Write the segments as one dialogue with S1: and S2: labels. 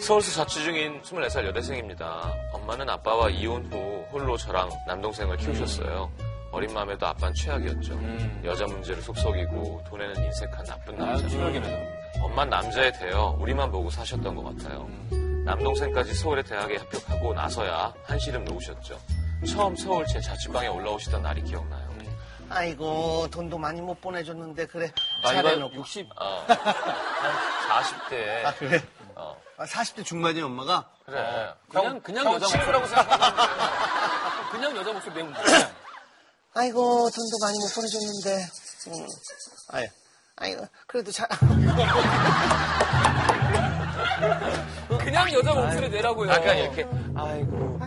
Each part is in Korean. S1: 서울서 자취 중인 24살 여대생입니다. 엄마는 아빠와 이혼 후 홀로 저랑 남동생을 키우셨어요. 어린 마음에도 아빠는 최악이었죠.
S2: 음.
S1: 여자 문제를 속썩이고 돈에는 인색한 나쁜 남자. 엄만 남자에 대여 우리만 보고 사셨던 것 같아요. 남동생까지 서울의 대학에 합격하고 나서야 한시름 놓으셨죠. 처음 서울 제 자취방에 올라오시던 날이 기억나요.
S2: 음.
S3: 아이고 돈도 많이 못 보내줬는데 그래
S2: 나이가
S3: 잘해놓고
S2: 60.
S1: 어, 한 40대.
S3: 아 그래?
S1: 어,
S3: 아, 40대 중반이 엄마가
S1: 그래.
S2: 그냥, 그냥 여자 목소리.
S1: 어. 친구라고 생각하면
S2: 그냥 여자 목소리 매운 거.
S3: 아이고 돈도 많이 못 보내줬는데 음. 아이, 아이고 그래도 잘
S2: 그냥 여자 목소리 내라고요.
S1: 약간 이렇게.
S2: 아이고.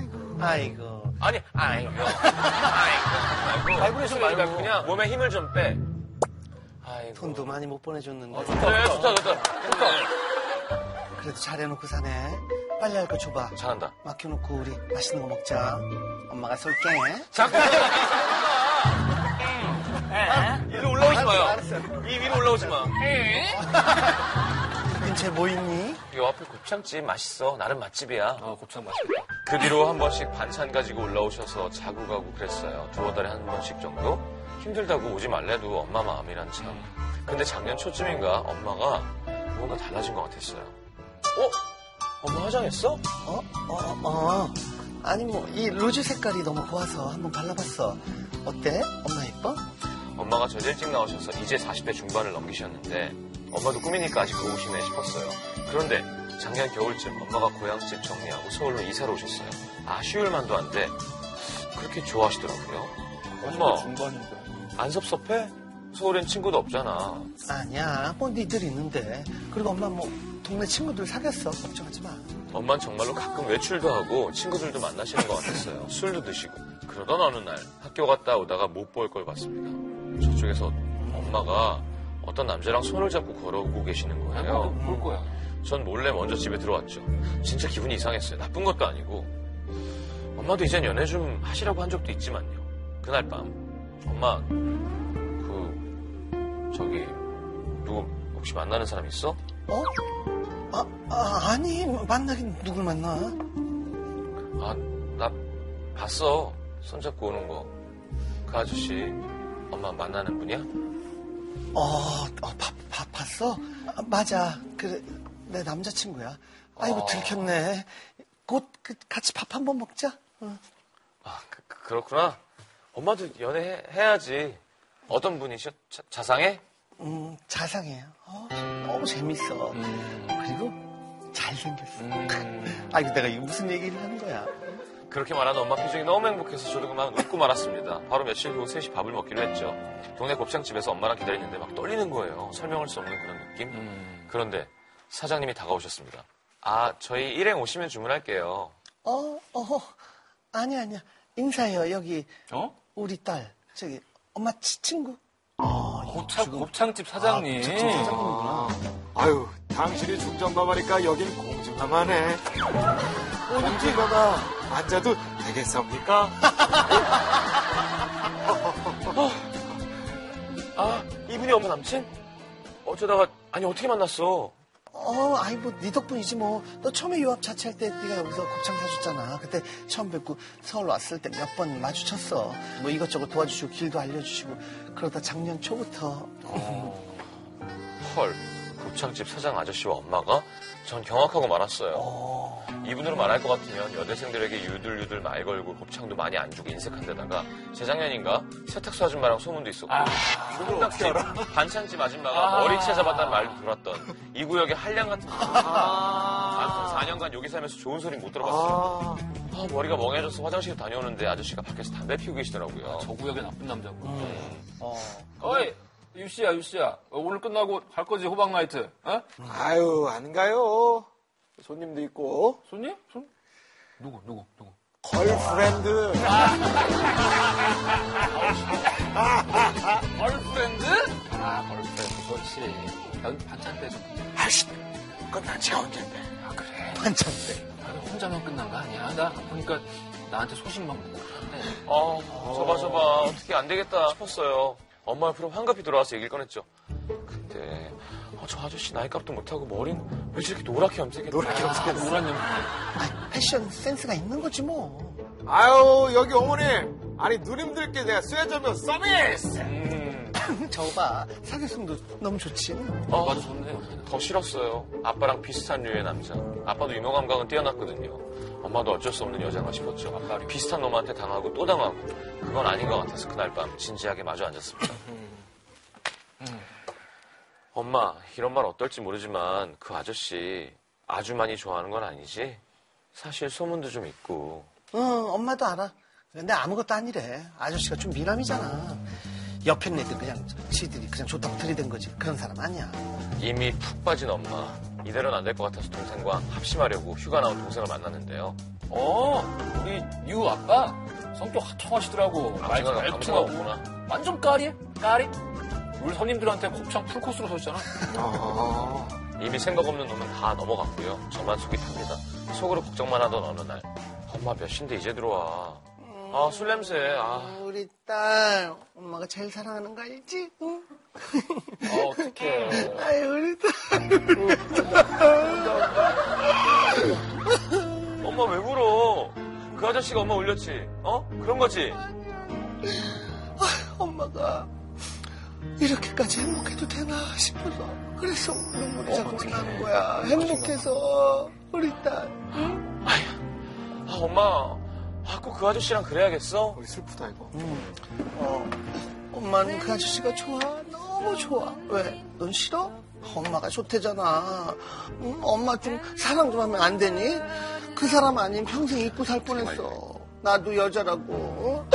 S3: 아이고
S1: 아니, 아이고. 아이고. 바이브레이션 말고 그냥 몸에 힘을 좀 빼.
S2: 아이고.
S3: 돈도 많이 못 보내줬는데
S1: 그래, 좋다, 좋다. 좋다.
S3: 그래도 잘해놓고 사네 빨리 할 거 줘봐
S1: 잘한다.
S3: 막혀놓고 우리 맛있는 거 먹자 엄마가 쏠게
S1: 일로 네. 아, 올라오지 마요.
S3: 알았어, 알았어.
S1: 이 위로 올라오지 마.
S3: 근처에 뭐 있니?
S1: 요 앞에 곱창집 맛있어. 나름 맛집이야.
S2: 아, 곱창 맛있겠다.
S1: 그 뒤로 한 번씩 반찬 가지고 올라오셔서 자고 가고 그랬어요. 두어 달에 한 번씩 정도? 힘들다고 오지 말래도 엄마 마음이란 참. 근데 작년 초쯤인가 엄마가 뭔가 달라진 것 같았어요. 어? 엄마 화장했어?
S3: 어? 어? 어? 어. 아니 뭐 이 로즈 색깔이 너무 고와서 한번 발라봤어 어때? 엄마 예뻐?
S1: 엄마가 저 일찍 나오셔서 이제 40대 중반을 넘기셨는데 엄마도 꿈이니까 아직 고우시네 싶었어요. 그런데 작년 겨울쯤 엄마가 고향집 정리하고 서울로 이사를 오셨어요. 아, 쉬울 만도 한데 그렇게 좋아하시더라고요. 엄마,
S2: 중간인데.
S1: 안 섭섭해? 서울엔 친구도 없잖아.
S3: 아니야 뭐 니들 있는데 그리고 엄마 뭐 동네 친구들 사귀었어 걱정하지 마
S1: 엄만 정말로 가끔 외출도 하고 친구들도 만나시는 것 같았어요. 술도 드시고. 그러던 어느 날 학교 갔다 오다가 못 볼 걸 봤습니다. 저쪽에서 엄마가 어떤 남자랑 손을 잡고 걸어오고 계시는 거예요.
S2: 볼 거야.
S1: 전 몰래 먼저 집에 들어왔죠. 진짜 기분이 이상했어요. 나쁜 것도 아니고. 엄마도 이젠 연애 좀 하시라고 한 적도 있지만요. 그날 밤, 엄마, 그, 저기, 누구 혹시 만나는 사람 있어?
S3: 어? 아, 아 아니 만나긴 누굴 만나?
S1: 아, 나 봤어. 손잡고 오는 거. 그 아저씨, 엄마 만나는 분이야?
S3: 어, 어 바, 바, 봤어? 아, 맞아 그래 내 남자친구야 아이고
S1: 어.
S3: 들켰네 곧 그, 같이 밥 한번 먹자 응.
S1: 아, 그, 렇구나 엄마도 연애해야지. 어떤 분이셔? 자, 자상해?
S3: 음, 자상해요. 어, 너무 재밌어. 그리고 잘생겼어. 아니, 내가 이거 무슨 얘기를 하는 거야?
S1: 그렇게 말하는 엄마 표정이 너무 행복해서 저도 그만 웃고 말았습니다. 바로 며칠 후 셋이 밥을 먹기로 했죠. 동네 곱창집에서 엄마랑 기다리는데 막 떨리는 거예요. 설명할 수 없는 그런 느낌? 그런데 사장님이 다가오셨습니다. 아, 저희 일행 오시면 주문할게요.
S3: 어, 어, 아니야, 아니야. 인사해요. 여기
S2: 어?
S3: 우리 딸. 저기, 엄마 치, 친구.
S2: 곱창, 아, 곱창집 사장님.
S4: 아유, 당신이 중전바바니까 여긴 공중함하네. 공중바바 앉아도 되겠습니까?
S1: 아, 이분이 엄마 남친? 어쩌다가, 아니, 어떻게 만났어?
S3: 어, 아이, 뭐, 네 덕분이지, 뭐. 너 처음에 유학 자취할 때 네가 여기서 곱창 사줬잖아. 그때 처음 뵙고 서울 왔을 때 몇 번 마주쳤어. 뭐 이것저것 도와주시고 길도 알려주시고. 그러다 작년 초부터
S1: 헐, 곱창집 사장 아저씨와 엄마가? 전 경악하고 말았어요. 이분으로 말할 것 같으면 여대생들에게 유들유들 말 걸고 곱창도 많이 안 주고 인색한 데다가 재작년인가 세탁소 아줌마랑 소문도 있었고 삼각집, 반찬집 아줌마가
S2: 아.
S1: 머리 찾아봤다는 말도 돌았던 이 구역의 한량 같은 아. 아무튼 4년간 여기 살면서 좋은 소리 못 들어봤어요.
S4: 아,
S1: 아, 머리가 멍해져서 화장실 다녀오는데 아저씨가 밖에서 담배 피우고
S4: 아,
S1: 계시더라고요.
S2: 저 구역의 나쁜 남자고.
S3: 어,
S2: 어이! 유씨야, 유씨야. 어, 오늘 끝나고 갈 거지, 호박나이트. 어?
S4: 아유, 아닌가요? 손님도 있고.
S2: 손님? 손? 누구, 누구, 누구?
S4: 걸프렌드.
S2: 걸프렌드? 아, 걸프렌드, 그렇지. 난 반찬 때좀
S4: 아이씨, 그럼 난 지가 언젠데.
S2: 아, 그래.
S3: 반찬 때.
S2: 나는 혼자만 끝난 거 아니야. 나 보니까 나한테 소식만 묻고 그러는데.
S1: 아, 저봐, 저봐. 어떻게 안 되겠다 싶었어요. 엄마 옆으로 환갑히 돌아와서 얘기를 꺼냈죠. 근데, 어, 저 아저씨 나이값도 못하고 머리는 왜 저렇게 노랗게 염색했나?
S4: 노랗게 염색했어.
S2: 노란 염색.
S3: 아, 패션 센스가 있는 거지 뭐.
S4: 아유 여기 어머님 아니 누님들께 내가 쇠자면 서비스
S3: 저거 봐. 사교성도 너무 좋지.
S1: 어,
S2: 맞아, 좋네.
S1: 더 싫었어요. 아빠랑 비슷한 류의 남자. 아빠도 유머 감각은 뛰어났거든요. 엄마도 어쩔 수 없는 여잔가 싶었죠. 아빠를 비슷한 놈한테 당하고 또 당하고 그건 아닌 것 같아서 그날 밤 진지하게 마주 앉았습니다. 음. 엄마 이런 말 어떨지 모르지만 그 아저씨 아주 많이 좋아하는 건 아니지? 사실 소문도 좀 있고
S3: 응, 어, 엄마도 알아. 근데 아무것도 아니래. 아저씨가 좀 미남이잖아. 옆에 애들 그냥 지들이 그냥 좋다고 들이댄 거지. 그런 사람 아니야.
S1: 이미 푹 빠진 엄마 이대로는 안 될 것 같아서 동생과 합심하려고 휴가 나온 동생을 만났는데요.
S2: 어, 우리 유 아빠 성격 하청하시더라고. 말도
S1: 아버지가
S2: 말투가
S1: 감사가
S2: 없구나.
S1: 없구나.
S2: 완전 까리해? 까리? 우리 선임들한테 곱창 풀코스로 줬잖아.
S4: 아,
S1: 이미 생각 없는 놈은 다 넘어갔고요. 저만 속이 탑니다. 속으로 걱정만 하던 어느 날 엄마 몇 시인데 이제 들어와. 아 술 냄새. 아
S3: 우리 딸, 엄마가 제일 사랑하는 거 알지? 응?
S2: 어,
S1: 아,
S2: 어떡해.
S3: 아이, 우리 딸.
S1: 엄마 왜 울어? 그 아저씨가 엄마 울렸지. 어? 그런 거지.
S3: 엄마가 이렇게까지 행복해도 되나 싶어서 그래서
S1: 어,
S3: 눈물이 자꾸 나는 거야. 행복해서 우리 딸.
S1: 아 엄마. 아 꼭 그 아저씨랑 그래야겠어?
S4: 우리 슬프다 이거
S3: 어, 엄마는 그 아저씨가 좋아. 너무 좋아. 왜? 넌 싫어? 엄마가 좋대잖아. 응? 엄마 좀 사랑 좀 하면 안 되니? 그 사람 아닌 평생 잊고 살 뻔했어. 나도 여자라고. 어?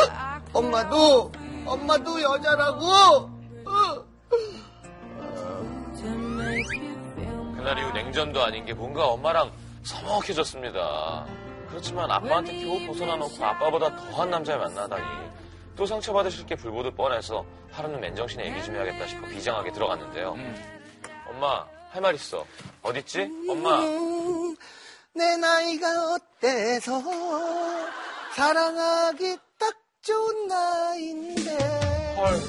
S3: 엄마도 엄마도 여자라고. 어?
S1: 그날 이후 냉전도 아닌 게 뭔가 엄마랑 서먹해졌습니다. 그렇지만 아빠한테 겨우 벗어나놓고 아빠보다 더한 남자를 만나다니 또 상처받으실 게 불보듯 뻔해서 하루는 맨정신에 얘기 좀 해야겠다 싶어 비장하게 들어갔는데요. 엄마 할 말 있어. 어딨지? 엄마
S3: 음, 내 나이가 어때서 사랑하기 딱 좋은 나이인데.
S1: 헐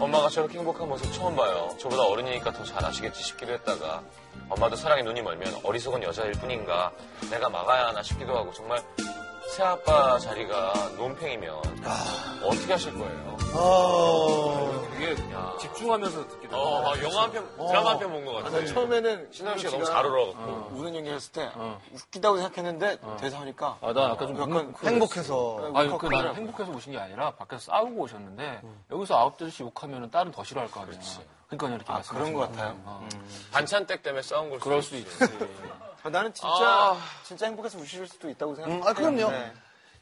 S1: 엄마가 저렇게 행복한 모습 처음 봐요. 저보다 어른이니까 더 잘 아시겠지 싶기도 했다가 엄마도 사랑에 눈이 멀면 어리석은 여자일 뿐인가 내가 막아야 하나 싶기도 하고 정말 새아빠 자리가 논팽이면
S2: 아.
S1: 어떻게 하실 거예요?
S3: 어.
S2: 이게
S1: 야.
S2: 집중하면서 듣기도
S1: 어,
S2: 하고.
S1: 막 영화 한 편,
S2: 아,
S1: 드라마 한 편 본 것
S2: 네.
S1: 같아. 아.
S4: 나 처음에는
S1: 신하영 씨가 너무
S4: 지가
S1: 잘 울어갖고.
S2: 아.
S4: 우는 연기 했을 때
S2: 어.
S4: 웃기다고 생각했는데 대사 하니까
S2: 아, 나 아까 좀
S4: 약간
S2: 그-
S3: 행복해서.
S2: 아니, 그, 나는 행복해서 오신 게 아니라, 밖에서 싸우고 오셨는데, 여기서 아홉 덟시 욕하면 딸은 더 싫어할 거 아니야. 그러니까 이렇게
S4: 아,
S2: 말씀하신
S4: 그런 것
S2: 거잖아.
S4: 같아요.
S2: 어.
S1: 반찬댁 때문에 싸운 걸
S2: 그럴 수 있지.
S4: 아, 나는 진짜
S1: 아.
S4: 진짜 행복해서 우실 수도 있다고 생각해요. 네.
S3: 음, 아, 그럼요.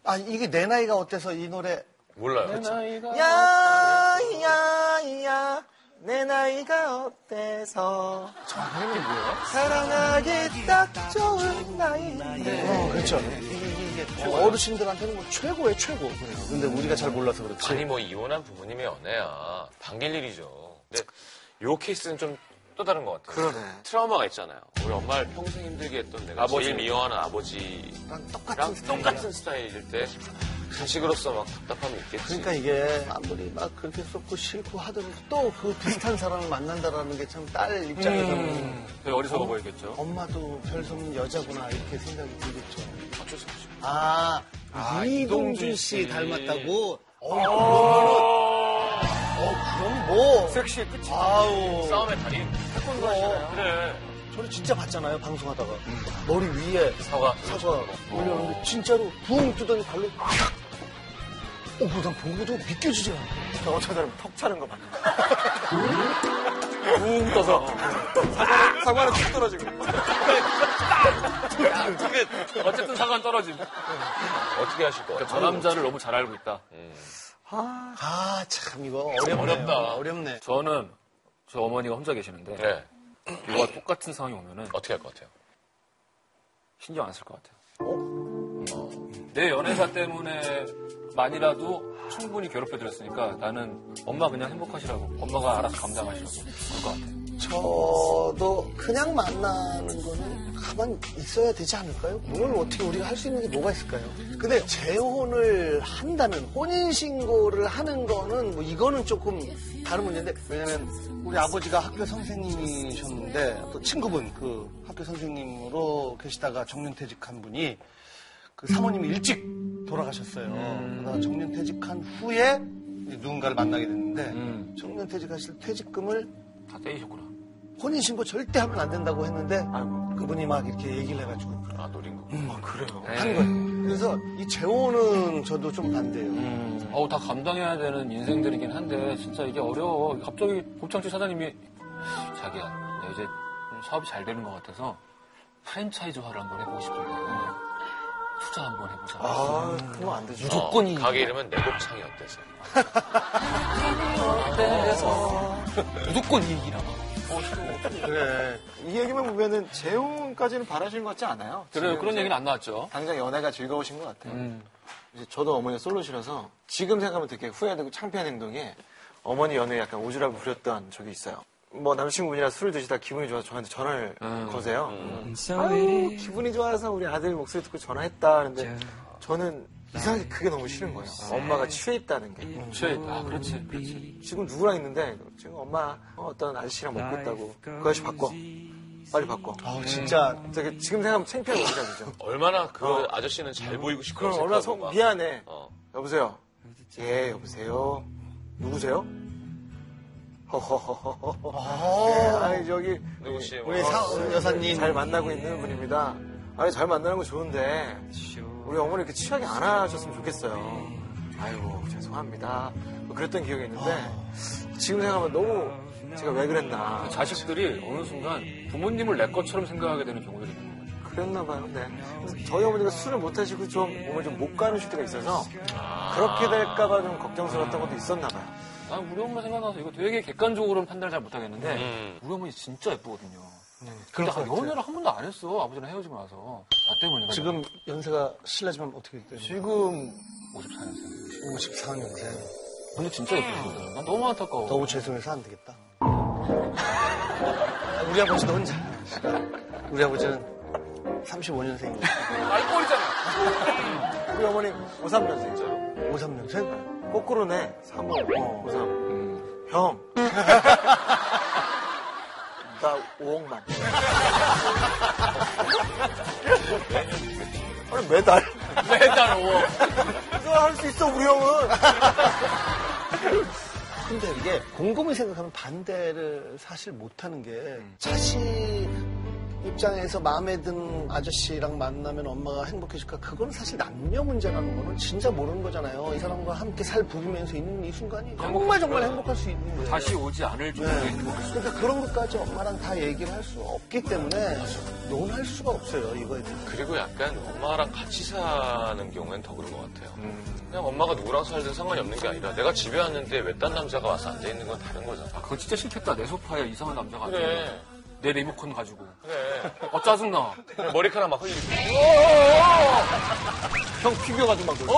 S3: 아, 이게 내 나이가 어때서 이 노래.
S1: 몰라요.
S2: 네, 그 나이가
S4: 야, 야, 야, 내 나이가 어때서
S2: 형이 뭐야?
S4: 사랑하기 딱 좋은 나이인데.
S3: 어, 그렇죠. 어르신들한테는 뭐 최고의 최고. 그래요. 근데 우리가 잘 몰라서 그렇죠. 그렇지.
S1: 아니, 뭐, 이혼한 부모님의 연애야. 반길 일이죠. 근데 요 케이스는 좀 또 다른 것 같아요.
S4: 그러네.
S1: 트라우마가 있잖아요. 우리 엄마를 평생 힘들게 했던 내가
S2: 뭐
S1: 아버지 제일 미워하는 아버지랑
S3: 난 똑같은 스타일이야.
S1: 똑같은 스타일일 때 자식으로서 막 답답함이 있겠지.
S3: 그러니까 이게 아무리 막 그렇게 쏟고 싫고 하더라도 또 그 비슷한 사람을 만난다라는 게 참 딸 입장에서는 뭐
S2: 되게 그 어리석어 보이겠죠?
S3: 엄마도 별수 없는 여자구나 이렇게 생각이 들겠죠.
S1: 어쩔 수 없죠.
S3: 아,
S4: 아,
S3: 이동준
S4: 이동준
S3: 씨
S4: 씨.
S3: 닮았다고? 어, 그럼 뭐. 어, 그럼 뭐.
S4: 섹시의 끝이.
S3: 아우.
S1: 싸움의 달인.
S3: 태권도 하시나요?
S1: 그래.
S3: 저는 진짜 봤잖아요, 방송하다가. 머리 위에
S1: 사과.
S3: 음. 사과 어. 올려놓는데 진짜로 붕 뜨더니 발로 탁! 어, 그거 난 보고 도 믿겨지지 않아.
S4: 저거 어, 저 사람 턱 차는 거 봐.
S2: 음,
S1: 붕 떠서.
S4: 사과는 턱 떨어지고.
S2: 어쨌든 사과는 떨어짐.
S1: 어떻게 하실 거예요?
S2: 저 남자를 그러니까 너무 잘 알고 있다.
S3: 아, 참, 이거 어렵네.
S1: 어렵다.
S3: 어렵네.
S2: 저는 저 어머니가 혼자 계시는데
S1: 네.
S2: 누가 똑같은 상황이 오면은
S1: 어떻게 할 것 같아요?
S2: 신경 안 쓸 것 같아요. 어? 내 연애사 때문에 만이라도 충분히 괴롭혀 드렸으니까 나는 엄마 그냥 행복하시라고 엄마가 알아서 감당하시라고 그럴 것 같아요.
S3: 저도 그냥 만나는 거는 가만히 있어야 되지 않을까요? 그걸 어떻게 우리가 할 수 있는 게 뭐가 있을까요? 근데 재혼을 한다는 혼인신고를 하는 거는 뭐 이거는 조금 다른 문제인데 왜냐면 우리 아버지가 학교 선생님이셨는데 또 친구분 그 학교 선생님으로 계시다가 정년퇴직한 분이 그 사모님이 일찍 돌아가셨어요. 그러다가 정년퇴직한 후에 이제 누군가를 만나게 됐는데
S2: 음.
S3: 정년퇴직하실 퇴직금을
S2: 다 떼이셨구나.
S3: 혼인신고 절대 하면 안 된다고 했는데 그분이 막 이렇게 얘기를 해가지고 음,
S1: 아, 노린 거.
S2: 그래요?
S3: 한 거예요. 그래서 이 재혼은 저도 좀 반대예요.
S2: 음. 어우, 다 감당해야 되는 인생들이긴 한데, 진짜 이게 어려워. 갑자기 곱창집 사장님이, 자기야, 나 이제 사업이 잘 되는 것 같아서 프랜차이즈화를 한번 해보고 싶은데, 투자 한번 해보자.
S3: 아, 그러면 안 되죠.
S2: 조건이.
S1: 어, 가게 이름은 내곱창이 어때서?
S2: 무조건 어, 이 얘기라.
S4: 그래. 네. 이 얘기만 보면은 재혼까지는 바라시는 것 같지 않아요?
S2: 그래요.
S4: 지금
S2: 그런
S4: 이제
S2: 얘기는 안 나왔죠.
S4: 당장 연애가 즐거우신 것 같아요. 이제 저도 어머니가 솔로시라서 지금 생각하면 되게 후회되고 창피한 행동에 어머니 연애에 약간 오지랖을 부렸던 적이 있어요. 뭐 남친분이랑 술을 드시다 기분이 좋아서 저한테 전화를 거세요. 음. 아유 기분이 좋아서 우리 아들 목소리 듣고 전화했다 하는데 저는 이상하게 그게 너무 싫은 거예요. 엄마가 취해 있다는 게.
S2: 취해 있다. 아, 그렇지, 그렇지.
S4: 지금 누구랑 있는데 지금 엄마 어떤 아저씨랑 먹고 있다고 그 아저씨 바꿔 빨리 바꿔
S3: 아, 진짜
S4: 되게 지금 생각하면 창피한 오지랖이죠
S1: 얼마나 그
S4: 어.
S1: 아저씨는 잘 보이고 싶고
S4: 그럼 얼마나 속 미안해
S1: 어.
S4: 여보세요 예 여보세요 누구세요? 허허허허허 네, 아니 저기
S1: 누구시에요?
S3: 어, 우리 사 여사님
S4: 잘 만나고 있는 분입니다 아니 잘 만나는 거 좋은데 우리 어머니 이렇게 취하게 안 하셨으면 좋겠어요 아이고 죄송합니다 뭐 그랬던 기억이 있는데 지금 생각하면 너무 제가 왜 그랬나
S2: 자식들이 어느 순간 부모님을 내 것처럼 생각하게 되는 경우들이 있는 거죠.
S4: 그랬나 봐요. 네. 그래서 저희 어머니가 술을 못 하시고 좀 몸을 좀 못 가누실 때가 있어서 그렇게 될까봐 좀 걱정스러웠던 것도 있었나 봐요.
S2: 난 아, 우리 엄마 생각나서 이거 되게 객관적으로는 판단을 잘 못하겠는데
S1: 음.
S2: 우리 어머니 진짜 예쁘거든요. 근데 아, 연애를 한 번도 안 했어. 아버지랑 헤어지고 나서. 나 때문에.
S3: 지금 연세가 실례지만 어떻게 돼요?
S4: 지금
S2: 54년생.
S3: 54년생.
S2: 근데 진짜
S1: 음.
S2: 예쁘거든. 난 너무 안타까워.
S3: 너무 죄송해서 안 되겠다. 우리 아버지도 혼자. 우리 아버지는 35년생이고
S4: 우리 어머니 53년생이죠.
S3: 53년생.
S4: 거꾸로네. 3월 어, 53. 형. 나 5억만. 아니 매달.
S2: 매달 5억.
S4: 그거 할 수 있어 우리 형은.
S3: 근데 이게 곰곰이 생각하면 반대를 사실 못하는 게 자식 입장에서 마음에 든 아저씨랑 만나면 엄마가 행복해질까? 그건 사실 남녀 문제라는 거는 진짜 모르는 거잖아요. 이 사람과 함께 살 부비면서 있는 이 순간이 정말 정말 행복할 수 있는 거예요.
S2: 다시 오지 않을 정도의
S3: 네.
S2: 행복.
S3: 그러니까 그런 것까지 엄마랑 다 얘기를 할 수 없기 때문에 논할 수가 없어요. 이거에 대해서.
S1: 그리고 약간 엄마랑 같이 사는 경우엔 더 그런 것 같아요. 그냥 엄마가 누구랑 살든 상관이 없는 게 아니라 내가 집에 왔는데 왜 딴 남자가 와서 앉아있는 건 다른 거잖아.
S2: 그거 진짜 싫겠다. 내 소파에 이상한 남자가 앉아.
S1: 그래.
S2: 내 리모컨 가지고.
S1: 그래.
S2: 어, 짜증나.
S1: 머리카락 막 흘리고.
S4: 형 피규어 가지고 음. 막 놀.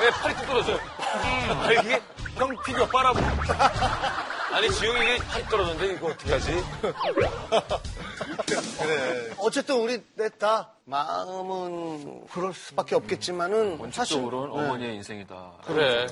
S1: 왜 네, 팔이 뚝 떨어져? 아니, 이게
S4: 형 피규어 빨아보.
S1: 아니 지웅이 이게 팔이 떨어졌는데 이거 어떻게 하지?
S3: 어쨌든 우리 냈다. 마음은 그럴 수밖에 없겠지만은 사실 네.
S2: 원칙적으로는 어머니의 인생이다.
S1: 그래.